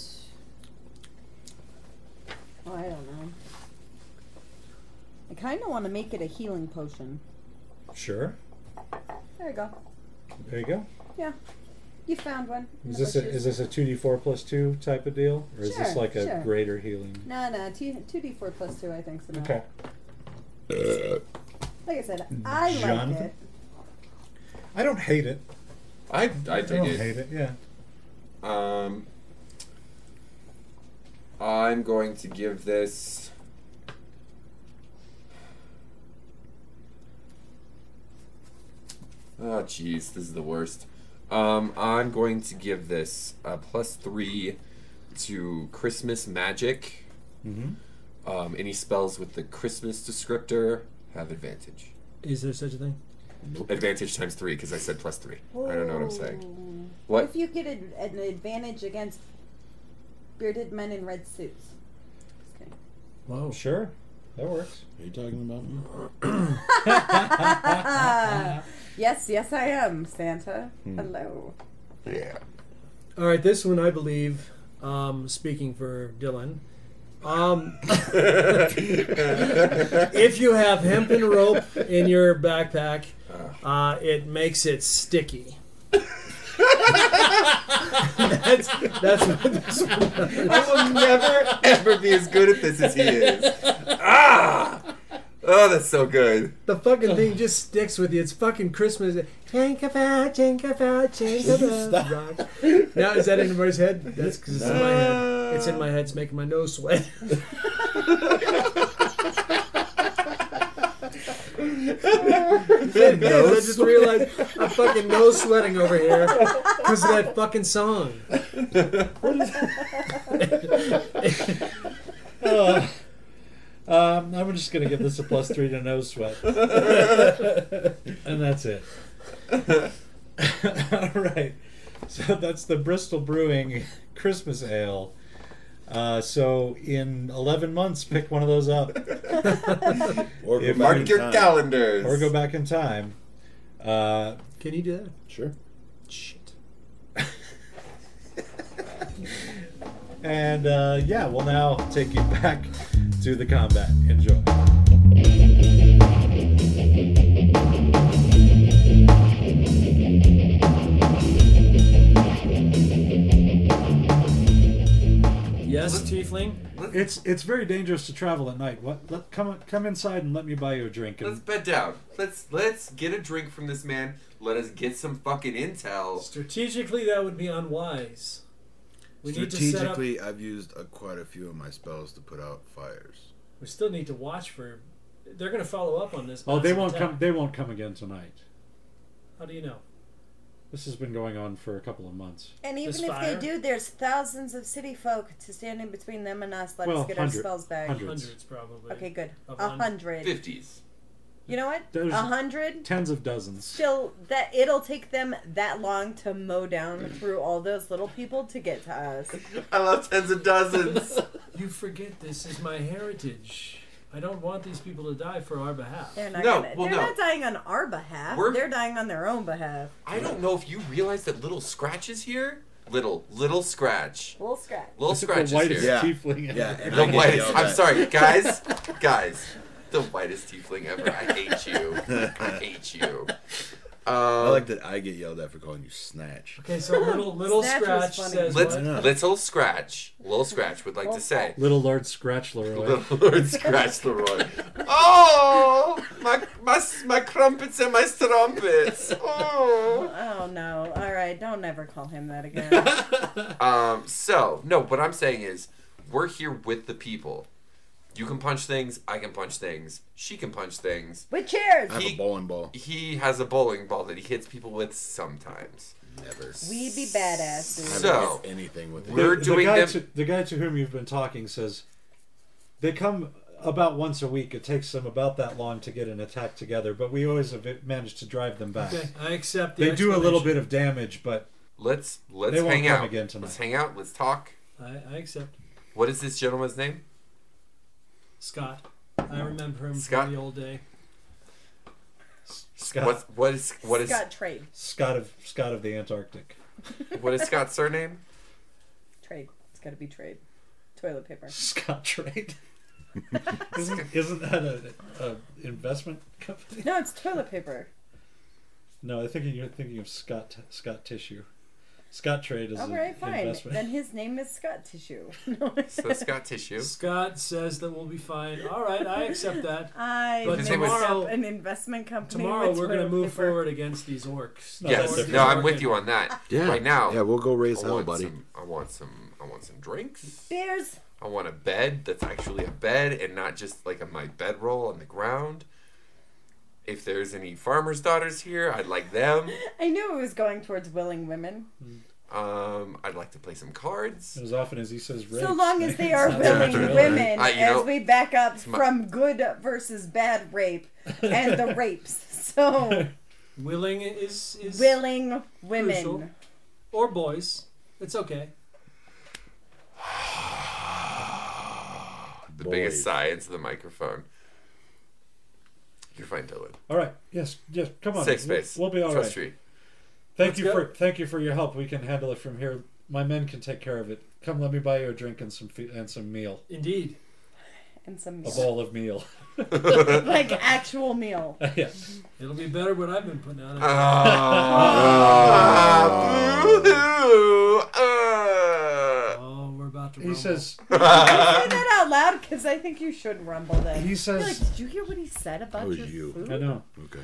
D: Oh, I don't know. I kind of want to make it a healing potion.
B: Sure.
D: There you go.
B: There you go.
D: You found one.
B: Is this a, is this a two d four plus two type of deal, or is this
D: Sure,
B: like a
D: sure.
B: greater healing?
D: No, no. Two two d four plus two. I think so.
B: Okay.
D: Like I said, I like
B: Jonathan?
D: it.
B: I don't hate it.
F: I, I
B: I don't
F: dig
B: hate
F: it.
B: it. Yeah.
F: Um, I'm going to give this. Oh, jeez, this is the worst. Um, I'm going to give this a plus three to Christmas magic.
B: Mhm.
F: Um, any spells with the Christmas descriptor have advantage.
G: Is there such a thing?
F: Advantage times three because I said plus three. I don't know what I'm saying.
D: Ooh.
F: What?
D: If you get an an advantage against bearded men in red suits. Just kidding.
B: Wow. Sure. That works.
E: Are you talking about me?
D: Yes, yes, I am Santa.
F: Hmm.
D: Hello.
F: Yeah.
G: All right, this one I believe, um, speaking for Dylan, um, if you have hemp and rope in your backpack, uh, it makes it sticky. that's, that's what this one
F: I will never ever be as good at this as he is. Ah! Oh, that's so good.
G: The fucking thing just sticks with you. It's fucking Christmas. Jingle bell, jingle bell, jingle bell. rock. Now is that in everybody's head? That's because it's in my head. It's in my head. It's making my nose sweat. It is. I just realized I'm fucking nose sweating over here because of that fucking song.
B: Uh, um, I'm just gonna give this a plus three to no sweat, and that's it. All right, so that's the Bristol Brewing Christmas Ale. Uh, so in 11 months, pick one of those up
E: Or
B: If-
E: back in
F: Mark your
E: time.
F: calendars.
B: or go back in time. Uh,
G: Can you do that?
E: Sure.
G: Shit.
B: and uh, yeah, we'll now take you back to the combat. Enjoy.
G: Yes, tiefling.
H: It's it's very dangerous to travel at night. What? Let come come inside and let me buy you a drink.
F: Let's
H: And
F: bed down. Let's let's get a drink from this man. Let us get some fucking intel.
G: Strategically, that would be unwise. We need to set up.
E: Strategically, I've used uh quite a few of my spells to put out fires.
G: We still need to watch for. They're going to follow up on this.
H: oh, they
G: massive
H: won't
G: attack.
H: come. They won't come again tonight.
G: How do you know?
H: This has been going on for a couple of months.
D: And
G: This
D: even if
G: fire?
D: they do, there's thousands of city folk to stand in between them and us. Let
H: Well,
D: us get
H: hundred-
D: our spells back.
H: hundred.
G: Hundreds,
H: Hundreds.
G: probably.
D: Okay, good.
G: Of
D: A
G: hun-
D: hundred.
F: Fifties.
D: You know what?
H: There's-
D: A hundred.
H: Tens of dozens.
D: Still, that it'll take them that long to mow down through all those little people to get to us.
F: I love tens of dozens.
G: You forget this is my heritage. I don't want these people to die for our behalf.
D: They're not.
F: No,
D: gonna,
F: well,
D: they're
F: no.
D: not dying on our behalf.
F: We're-
D: They're dying on their own behalf.
F: I don't know if you realize that little scratch is here. Little little scratch.
D: Little scratch.
F: Little scratch is here.
E: Yeah.
H: tiefling ever.
E: Yeah, and
F: The
E: I get
F: whitest.
E: yelled
F: I'm
E: at.
F: sorry, guys. guys. The whitest tiefling ever. I hate you. I hate you.
E: I like that I get yelled at for calling you Snatch.
G: Okay, so little little
D: Snatch was
G: scratch
D: funny.
G: says
F: Let's,
G: what?
E: know.
F: little scratch, little scratch would like to say.
I: Little Lord Scratch Leroy.
F: Little Lord Scratch Leroy. Oh, my my my crumpets and my strumpets. Oh.
D: Oh no! All right, don't ever call him that again.
F: Um, so, no, what I'm saying is, we're here with the people. You can punch things, I can punch things, she can punch things.
D: With cheers,
E: I have
F: He-
E: a bowling ball.
F: He has a bowling ball that he hits people with sometimes.
E: Never.
D: we be
E: I
D: badasses.
E: don't
F: So-
E: get anything with
F: We're
E: it.
F: Weird. doing
B: guy
F: them-
B: To, the guy to whom you've been talking says they come about once a week. It takes them about that long to get an attack together, but we always have managed to drive them back.
G: Okay, I accept. The
B: They do a little
G: explanation.
B: bit of damage, but
F: Let's let's
B: They won't
F: hang
B: come
F: out
B: again tonight.
F: Let's hang out. Let's talk.
G: I, I accept.
F: What is this gentleman's name?
G: Scott, I remember him
F: Scott?
G: from the old day.
B: Scott
F: What's what is what is
D: Scott trade
B: Scott of Scott of the Antarctic.
F: what is Scott's surname?
D: trade. It's got to be trade. Toilet paper.
B: Scott Trade. isn't, isn't that a, a investment company?
D: No, it's toilet paper.
B: No, I think you're thinking of Scott Scott Tissue. Scott Trade is
D: All
B: an
D: right, fine.
B: investment.
D: Then his name is Scott Tissue.
F: So Scott Tissue.
G: Scott says that we'll be fine. All right, I accept that.
D: I
G: But
D: made
G: tomorrow-
D: up an investment company.
G: Tomorrow
D: with
G: we're going to
D: toilet
G: move
D: paper.
G: forward against these orcs.
B: That's
F: Yes.
B: different.
F: No, I'm with you on that.
E: Yeah.
F: Right now.
E: Yeah, we'll go raise
F: I
E: hell,
F: want
E: buddy.
F: some. I want some. I want some drinks.
D: Beers.
F: I want a bed that's actually a bed and not just like a my bedroll on the ground. If there's any farmers' daughters here, I'd like them.
D: I knew it was going towards willing women,
F: Um, I'd like to play some cards.
B: as often as he says,
D: so
B: rape,
D: long as they are
B: it's not
D: willing
B: really-
D: women.
F: I- you know,
D: as we back up
F: my-
D: from good versus bad rape and the rapes, so
G: Willing is is
D: willing women.
G: Crucial. or boys. It's okay.
F: The
E: Boy.
F: biggest sigh into the microphone. You're fine, Dylan.
B: All right. Yes. Yes. Come on.
F: Safe
B: We'll-
F: space.
B: We'll, be all right.
F: Trust me.
B: Thank
G: Let's
B: you
G: go.
B: for thank you for your help. We can handle it from here. My men can take care of it. Come, let me buy you a drink and some fe- and some meal,
G: Indeed.
D: and some
B: a bowl of meal.
D: like actual meal.
B: yeah.
G: It'll be better what I've been putting out.
F: Uh,
B: Oh.
F: Ah, boo-hoo. Ah.
G: oh, we're about to
B: He
G: rumble.
B: says.
D: Say that out loud because I think you should rumble then.
B: He
D: You're like,
B: says.
D: did you hear what he said about
E: That was
D: your
E: you.
D: food? Oh,
B: I know.
E: Okay.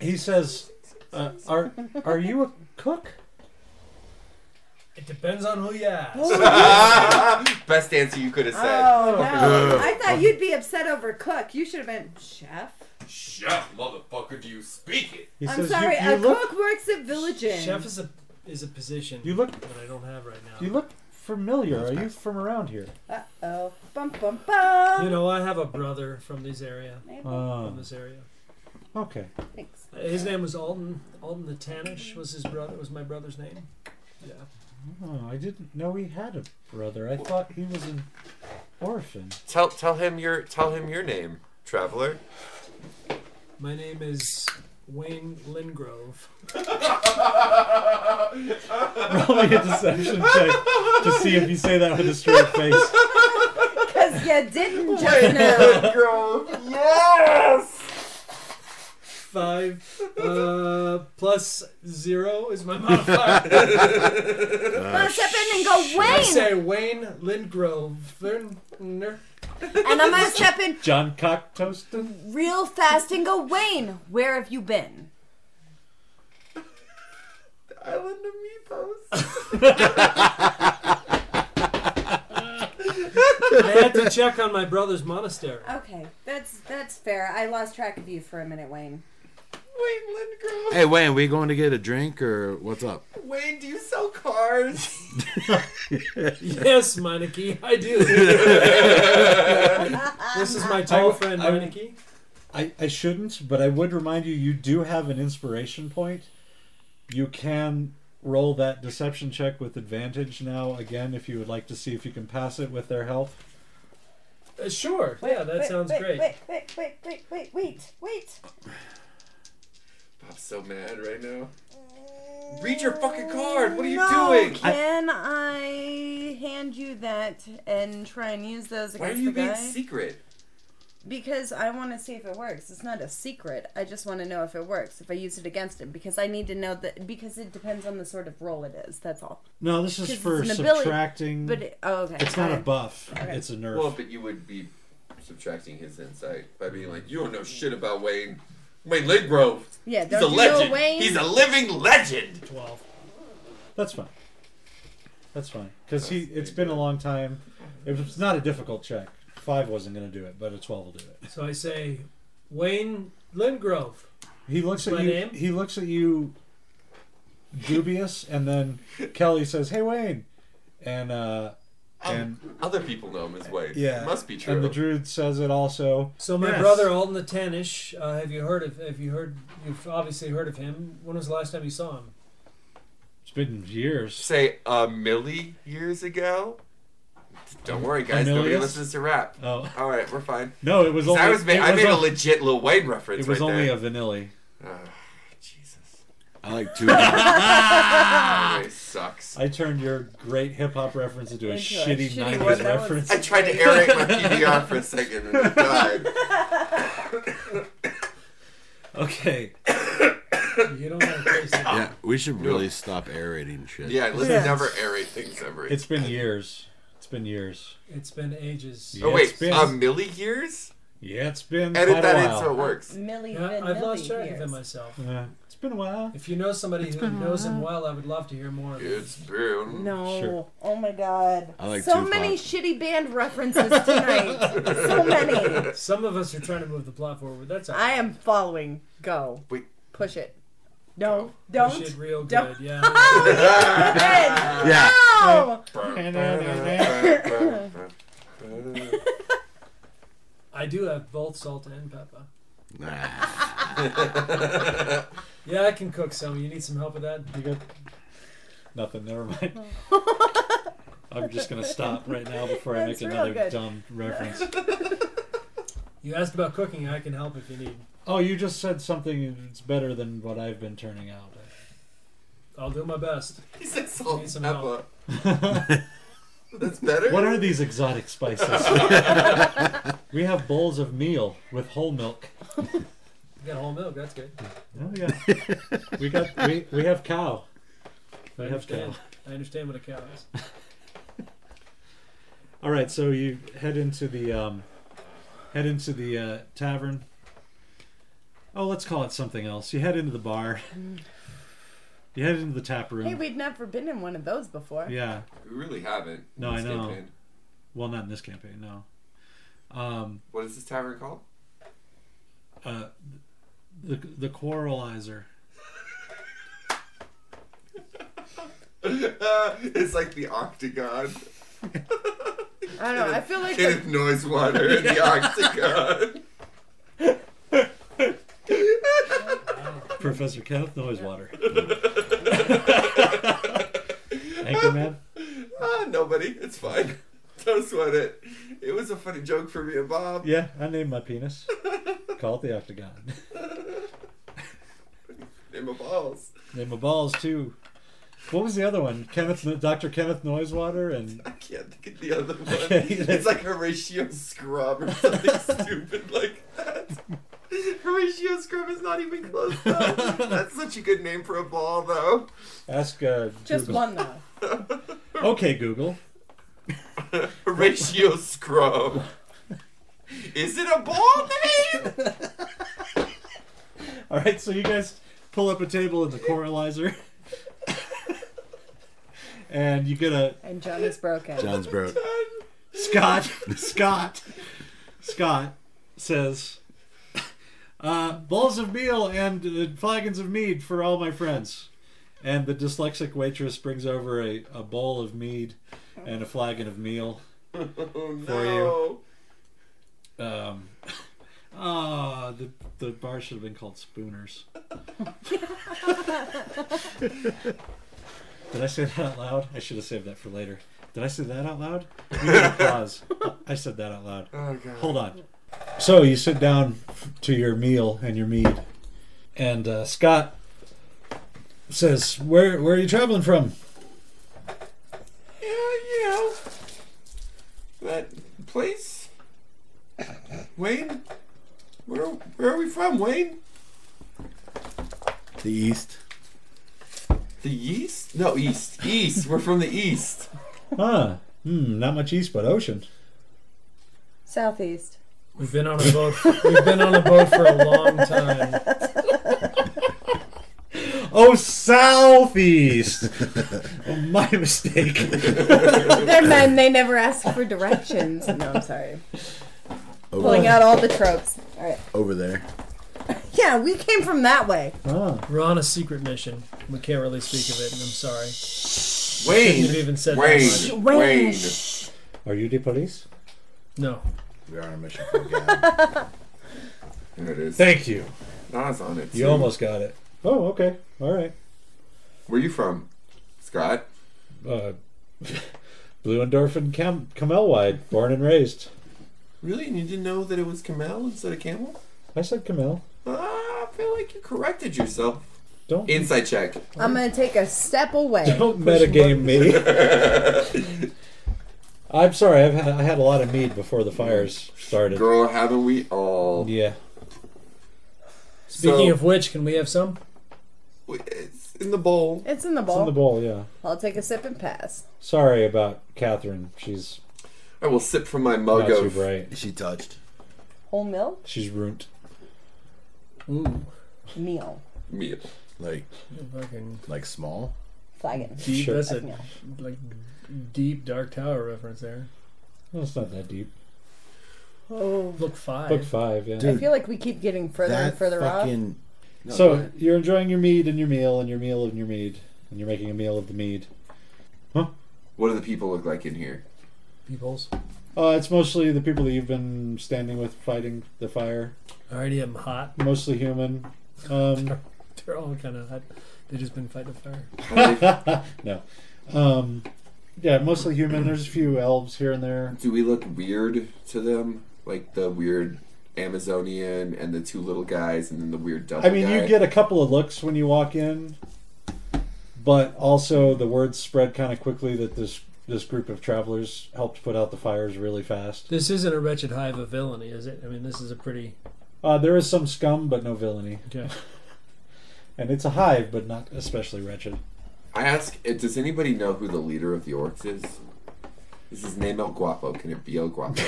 B: He says, uh, "Are are you a cook?"
G: It depends on who you ask.
F: Ah. Best answer you could have
B: Ah.
F: said.
D: Oh no! I thought you'd be upset over cook. You should have been chef.
F: Chef, motherfucker, do you speak it?
B: He
D: I'm
B: says,
D: sorry.
B: "You, you
D: a
B: look
D: cook works at Village Inn.
G: Chef is a is a position
B: you look
G: that I don't have right now.
B: you look familiar. Are you from around here?"
D: Uh oh. Bum bum bum.
G: You know, I have a brother from this area.
D: Maybe.
B: Uh,
G: From this area.
B: okay.
D: Thanks.
G: His name was Alden. Alden the Tannish was his brother. Was my brother's name. Yeah.
B: Oh, I didn't know he had a brother. I thought he was an orphan.
F: Tell tell him your tell him your name, traveler.
G: My name is Wayne Lingrove.
B: Roll me a deception check to see if you say that with a straight face.
D: Because you didn't just now.
F: Yes.
G: Five uh, plus zero is my modifier.
D: Wanna step in and go
G: I
D: Wayne,
G: say Wayne Lingrove. Lin-
D: and I'm gonna step in
B: John Cocktoaston?
D: real fast and go Wayne. Where have you been?
F: Island of Meepos.
G: I had to check on my brother's monastery.
D: Okay, that's that's fair. I lost track of you for a minute, Wayne.
F: Wayne Lindgrove.
E: Hey, Wayne, we going to get a drink or what's up?
F: Wayne, do you sell cars?
G: Yes, Meineke, I do. this is my tall friend,
B: I-
G: Meineke.
B: I, I shouldn't, but I would remind you you do have an inspiration point. You can roll that deception check with advantage now again if you would like to see if you can pass it with their help.
G: Uh, sure. yeah, that
D: Wait,
G: sounds
D: wait,
G: great.
D: Wait, wait, wait, wait, wait, wait, wait.
F: I'm so mad right now. Read your fucking card. What are you
D: No,
F: doing?
D: Can I hand you that and try and use those
F: Why are
D: against
F: you
D: the
F: being
D: guy?
F: secret?
D: because I want to see if it works. It's not a secret. I just want to know if it works. If I use it against him, because I need to know that because it depends on the sort of roll it is. That's all.
B: No, this is
D: 'Cause
B: for
D: it's an ability,
B: subtracting.
D: But it, oh, okay.
B: it's not a
D: I-
B: buff. It's a nerf.
F: Well, but you would be subtracting his insight by being like, you don't know shit about Wayne. Wayne Lidgrove.
D: Yeah,
F: He's
D: don't
F: a
D: you
F: legend.
D: know Wayne?
F: He's a living legend.
J: 12.
B: That's fine. That's fine. Because he, it's been a long time. It was not a difficult check. Five wasn't going to do it, but a twelve will do it.
G: So I say, Wayne Lindgrove.
B: He looks at
G: My
B: you.
G: name?
B: He looks at you. Dubious, and then Kelly says, "Hey, Wayne," and uh, and
F: Other people know him as Wayne.
B: yeah,
F: Um, It must be true.
B: And the druid says it also.
G: So my
B: Yes.
G: brother Alton the Tannish, uh, have you heard of? Have you heard? You've obviously heard of him. When was the last time you saw him?
B: It's been years.
F: Say a milli years ago. Don't worry, guys. Nobody
B: Amelius?
F: listens to rap.
B: Mm. Oh
F: All right, we're fine.
B: no, it was
F: 'Cause
B: only.
F: I was ma-
B: it
F: I
B: was
F: made a
B: on-
F: legit Lil Wayne reference.
B: It was
F: right
B: only
F: there.
B: a vanilla.
F: Ah, Jesus.
E: I like two.
F: Anyway, sucks.
B: I turned your great hip hop reference into a
D: Into a
B: shitty
D: shitty
B: nineties
D: one, that was-
B: reference.
F: I tried to aerate my PBR for a second and it died.
B: Okay,
G: You don't have a place.
E: yeah, we should really stop aerating shit.
F: Yeah, let's
D: Yeah.
F: never aerate things ever.
B: it's been years. It's been years.
G: It's been ages.
B: Yeah.
F: oh wait,
B: it's been-
F: a milli years?
B: Yeah, it's been
F: Edit
B: quite
F: that
B: a
F: in so it
B: while.
F: works.
D: Millie
G: Yeah,
D: Vin
G: I've
D: Millie
G: lost track of
D: years.
G: him myself.
B: yeah, it's been a while.
G: If you know somebody who knows him well, I would love to hear more of him.
F: It's been.
D: No.
B: Sure.
D: Oh my god.
E: I like
D: so
E: Tupac.
D: many shitty band references tonight. so many.
G: Some of us are trying to move the plot forward. That's all.
D: I am following. Go.
F: Wait.
D: Push it. No.
G: We
D: Don't.
G: should real
D: Don't.
G: good. Yeah.
D: Good.
E: Yeah.
D: No.
G: I do have both salt and pepper.
E: Nah.
G: Yeah, I can cook some. You need some help with that?
B: You got nothing. Never mind. I'm just gonna stop right now before I
D: That's
B: make
D: real
B: another
D: good.
B: dumb reference.
G: You asked about cooking. I can help if you need.
B: Oh, you just said something that's better than what I've been turning out.
G: I'll do my best.
F: He said salt
G: Need
F: and
G: some
F: pepper. That's better.
B: What are these exotic spices? we have bowls of meal with whole milk.
G: You got whole milk. That's good.
B: Oh yeah, we got we, we have cow.
G: I
B: We have cow.
G: understand. I understand what a cow is.
B: All right, so you head into the um, head into the uh, tavern. Oh, let's call it something else. You head into the bar. You head into the tap room.
D: Mm. Hey, we'd never been in one of those before.
B: yeah.
F: We really haven't.
B: No, I
F: This
B: know.
F: campaign.
B: Well, not in this campaign, no. Um,
F: What is this tavern called?
B: uh, the the quarrelizer.
F: it's like the octagon.
D: I don't know. I feel like
F: It
D: the,
F: of noise water in the octagon.
B: Professor Kenneth Noisewater. Anchorman.
F: Ah, nobody. It's fine. Don't sweat it. It was a funny joke for me and Bob.
B: Yeah, I named my penis. Call it the octagon.
F: Name of balls.
B: Name of balls too. What was the other one? Kenneth, Dr. Kenneth Noisewater and
F: I can't think of the other one.
B: Okay.
F: It's like Horatio Scrub or something stupid like that. Horatio Scrub is not even close though. That's such a good name for a ball though.
B: Ask uh,
D: just
B: Google.
D: one though.
B: Okay, Google.
F: Horatio Scrub. Is it a ball name?
B: All right, so you guys pull up a table in the coralizer, and you get a
D: And John is broken.
E: John's broke.
B: Scott. Scott. Scott says, uh, "Balls of meal and uh, flagons of mead for all my friends." And the dyslexic waitress brings over a, a bowl of mead and a flagon of meal.
F: Oh no.
B: For Um, ah, the the bar should have been called Spooners. Did I say that out loud? I should have saved that for later. Did I say that out loud? We need applause. I said that out loud.
F: Oh god.
B: Hold on. So you sit down to your meal and your mead, and uh, Scott says, "Where where are you traveling from?"
F: Yeah, you know. That place? Wayne? from, Wayne?
E: The East.
F: The yeast? No, east. East. We're from the east.
B: Huh. Hmm, not much east, but ocean.
D: Southeast.
G: We've been on a boat. We've been on a boat for a long time.
B: Oh, southeast! oh, my mistake.
D: They're men. They never ask for directions. No, I'm sorry. Pulling out all the tropes. All right.
E: Over there.
D: Yeah, we came from that way.
B: Ah.
G: We're on a secret mission. We can't really speak of it, and I'm sorry.
F: Wayne.
G: Shouldn't have even said that
F: Wayne.
G: much.
D: Wayne.
F: Wayne.
B: Are you the police?
G: No.
E: We are on a mission for Gab.
F: There it is.
B: Thank you.
F: Nas on it.
B: You
F: too.
B: almost got it. Oh, okay. All right.
F: Where you from, Scott?
B: Uh, Blue Endorphin Cam- Camelwide, born and raised.
F: Really? And you didn't know that it was Camel instead of Camel?
B: I said Camel.
F: Ah, I feel like you corrected yourself.
B: Don't
F: Inside check.
D: I'm gonna take a step away.
B: don't metagame me. I'm sorry. I've had, I had a lot of mead before the fires started.
F: Girl, haven't we all?
B: Yeah.
G: Speaking
F: So-
G: of which, can we have some?
F: It's in the bowl.
D: It's in the
B: It's in
D: bowl.
B: the bowl. Yeah.
D: I'll take a sip and pass.
B: Sorry about Catherine. She's
F: I will sip from my
B: not
F: mug
B: too
F: of
B: bright.
E: she touched.
D: Whole milk
B: She's ruined.
G: Ooh,
D: meal
F: meal.
E: Like,
G: fucking
E: like small.
D: flagon.
G: deep.
B: Sure.
G: That's a
D: Meal.
G: like deep Dark Tower reference there.
B: Well, it's not that deep.
D: Oh,
G: Book five.
B: Book five. Yeah.
D: I feel like we keep getting further and
E: That
D: further off.
E: fucking. No, go
B: so
E: ahead.
B: you're enjoying your mead and your meal and your meal and your mead and you're making a meal of the mead.
F: What do the people look like in here?
G: Peoples.
B: Uh, it's mostly the people that you've been standing with fighting the fire.
G: Already, I'm hot.
B: Mostly human. Um,
G: They're all kind of hot. They just been fighting a fire.
F: How do, they-
B: no. Um, yeah, mostly human. There's a few elves here and there.
F: do we look weird to them? Like the weird Amazonian and the two little guys and then the weird double
B: I mean, you
F: guy?
B: get a couple of looks when you walk in, but also the word spread kind of quickly that this this group of travelers helped put out the fires really fast.
G: This isn't a wretched hive of villainy, is it? I mean, this is a pretty.
B: Uh, there is some scum, but no villainy,
G: Okay.
B: and it's a hive, but not especially wretched.
F: I ask, uh, does anybody know who the leader of the orcs is? Is his name El Guapo? Can it be El Guapo?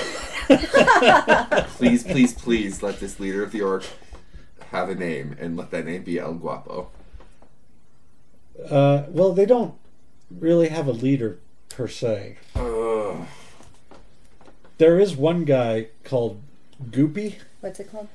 F: please, please, please let this leader of the orc have a name and let that name be El Guapo.
B: Uh, well, they don't really have a leader per se.
F: Ugh.
B: There is one guy called Goopy.
D: What's it called?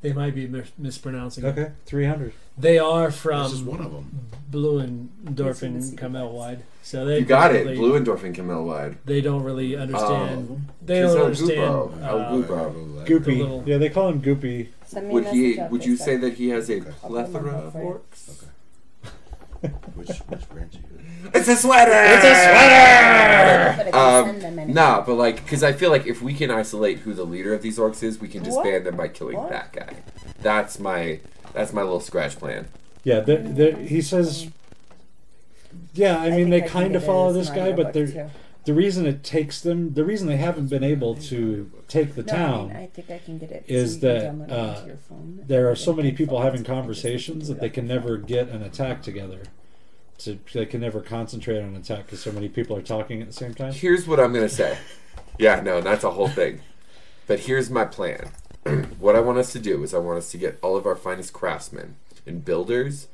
G: They might be mis- mispronouncing. it.
B: Okay, three hundred.
G: They are
E: This
F: Um,
E: is
G: from
E: one of them.
G: Blue
D: It's in the
G: and
D: secret
G: Camel
D: box.
G: Wide, so they
F: You got it.
G: probably-
F: Blue Oh. Endorphin Camel Wide.
G: They don't really understand. they
F: It's
G: don't
F: El
G: understand.
F: Guapo. El
G: uh,
F: Guapo.
B: Goopy.
G: The little-
B: Yeah, they call him Goopy.
D: Send me
F: Would
D: a
F: he?
D: message on
F: Would you
D: Facebook.
F: say that he has a
E: Okay.
F: plethora
D: I'll
F: of
D: put him on
F: orcs?
E: Which, which branch? Are you
F: It's a sweater. It's a sweater.
D: But I can
F: Um,
D: send them any.
F: nah, but like, because I feel like if we can isolate who the leader of these orcs is, we can
D: What?
F: disband them by killing
D: What?
F: that guy. That's my that's my little scratch plan.
B: Yeah, they he says. Yeah, I mean,
D: think
B: they
D: can
B: kind of
D: get it
B: follow
D: as
B: this
D: an
B: guy,
D: audiobook,
B: but the
D: too.
B: the reason it takes them, the reason they haven't been able to take the
D: No, I mean,
B: town,
D: I think I can get it.
B: is
D: you
B: that,
D: can download it
B: uh,
D: onto your phone.
B: there are
D: Like
B: so many
D: my
B: people
D: phone,
B: having
D: so I just
B: conversations that
D: listen to it
B: they
D: on
B: can
D: my
B: never
D: phone.
B: get an attack together. To, they can never concentrate on an attack because so many people are talking at the same time.
F: Here's what I'm gonna say. yeah, no, that's a whole thing. But here's my plan. what I want us to do is I want us to get all of our finest craftsmen and builders.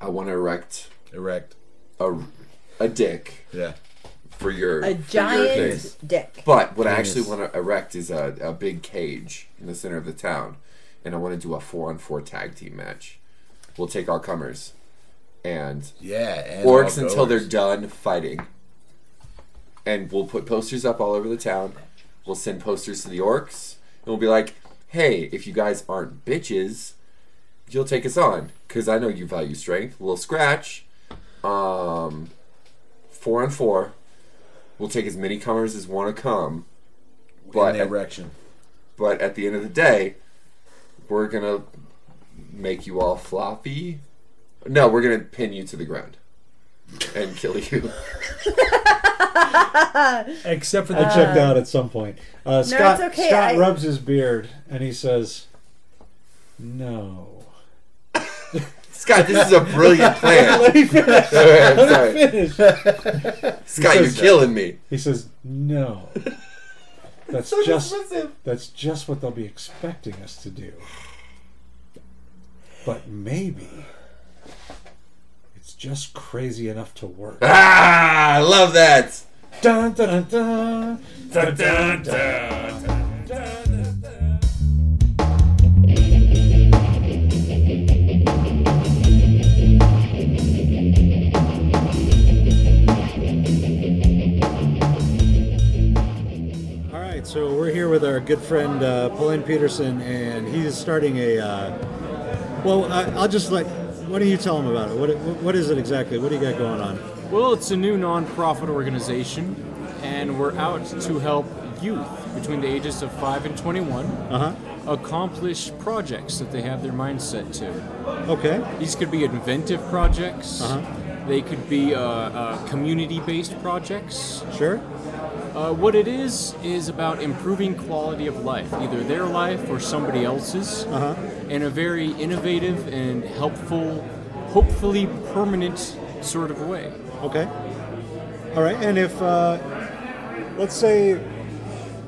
F: I want to erect
E: Erect.
F: a a dick
E: Yeah.
F: for your
D: A
F: for your thing.
D: giant dick.
F: But what I actually
E: Genius.
F: want to erect is a, a big cage in the center of the town, and I want to do a four on four tag team match. We'll take our comers and
E: Yeah. And
F: orcs
E: all
F: until they're
E: goers.
F: done fighting, and we'll put posters up all over the town. We'll send posters to the orcs, and we'll be like, "Hey, if you guys aren't bitches, you'll take us on because I know you value strength. We'll scratch, um, four on four. We'll take as many comers as want to come." But
E: in the erection.
F: but at the end of the day, we're gonna make you all floppy. No, we're gonna pin you to the ground and kill you.
G: Except for
D: I
G: the
D: checked out at some point. Uh, Scott,
K: it's okay,
D: Scott
K: I-
D: rubs his beard and he says, "No."
F: Scott, this is a brilliant plan.
D: Let me finish.
F: I'm
D: Let
F: sorry.
D: me finish.
F: Scott, you're
D: says-
F: killing me.
D: He says, "No." That's just that's just what they'll be expecting us to do. But maybe it's just crazy enough to work.
F: Ah, I love that.
D: Dun, dun, dun, dun.
B: All right, so we're here with our good friend uh, Pauline Peterson, and he's starting a. Uh, well, I, I'll just let. Why don't you tell him about it? What, what is it exactly? What do you got going on?
L: Well, it's a new nonprofit organization, and we're out to help youth between the ages of 5 and 21 accomplish projects that they have their mindset to.
B: Okay.
L: These could be inventive projects,
G: Uh-huh.
L: they could be uh, uh, community based projects.
B: Sure.
L: Uh, what it is, is about improving quality of life, either their life or somebody else's,
B: Uh-huh.
L: in a very innovative and helpful, hopefully permanent sort of way.
B: Okay. All right, and if uh, let's say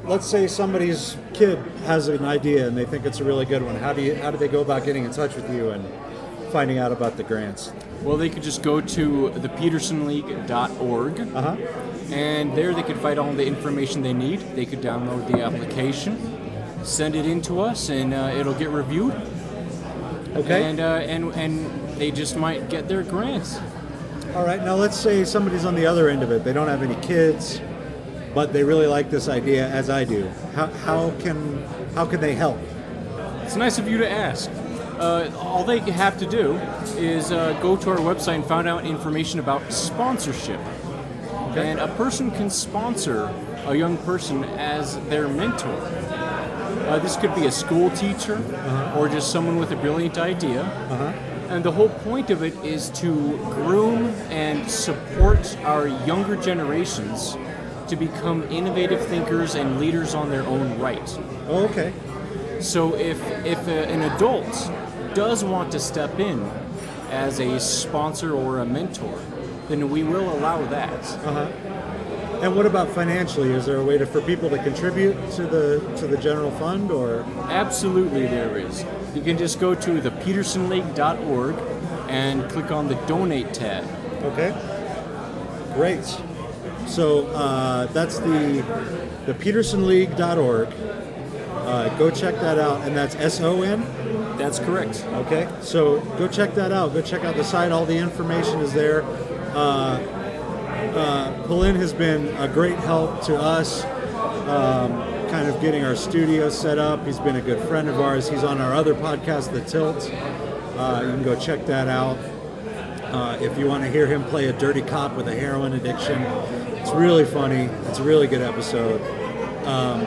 B: let's say somebody's kid has an idea and they think it's a really good one, how do you how do they go about getting in touch with you and finding out about the grants?
L: Well, they could just go to thepetersonleague.org,
B: Uh huh.
L: and there they could find all the information they need. They could download the application, send it in to us, and uh, it'll get reviewed.
B: Okay.
L: And, uh, and and they just might get their grants.
B: All right, now let's say somebody's on the other end of it. They don't have any kids, but they really like this idea as I do. How, how can how can they help?
L: It's nice of you to ask. Uh, all they have to do is uh, go to our website and find out information about sponsorship. And a person can sponsor a young person as their mentor. Uh, this could be a school teacher
B: Uh-huh.
L: or just someone with a brilliant idea. And the whole point of it is to groom and support our younger generations to become innovative thinkers and leaders on their own right.
B: Oh, okay.
L: So if if uh, an adult does want to step in as a sponsor or a mentor, then we will allow that.
B: And what about financially? Is there a way to, for people to contribute to the to the general fund or
L: Absolutely, there is. You can just go to thepetersonleague.org and click on the donate tab.
B: Okay. Great. So uh, that's the the petersonleague.org. Uh, go check that out, and that's S O N.
L: That's correct.
B: Okay. So go check that out. Go check out the site. All the information is there. Uh, uh, Pauline has been a great help to us, um, kind of getting our studio set up. He's been a good friend of ours. He's on our other podcast, The Tilt. Uh, you can go check that out. Uh, if you want to hear him play a dirty cop with a heroin addiction, it's really funny. It's a really good episode. Um,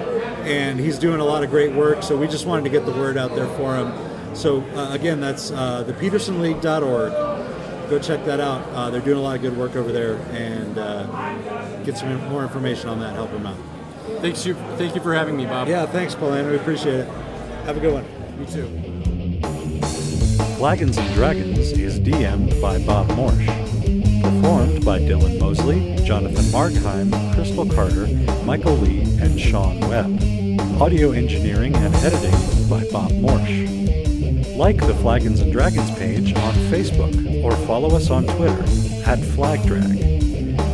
B: and he's doing a lot of great work, so we just wanted to get the word out there for him. So, uh, again, that's uh, thepetersonleague.org. Go check that out. Uh, they're doing a lot of good work over there, and uh, get some more information on that. Help him out.
L: Thanks you. Thank you for having me, Bob.
B: Yeah, thanks, Paulina. We appreciate it. Have a good one. You too.
D: Flagons and Dragons is DM'd by Bob Morsch. Performed by Dylan Mosley, Jonathan Markheim, Crystal Carter, Michael Lee, and Sean Webb. Audio engineering and editing by Bob Morsch. Like the Flagons and Dragons page on Facebook or follow us on Twitter at FlagDrag.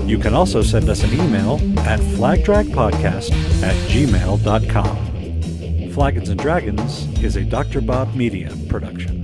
D: You can also send us an email at flagdragpodcast at gmail.com. Flagons and Dragons is a Dr. Bob Media production.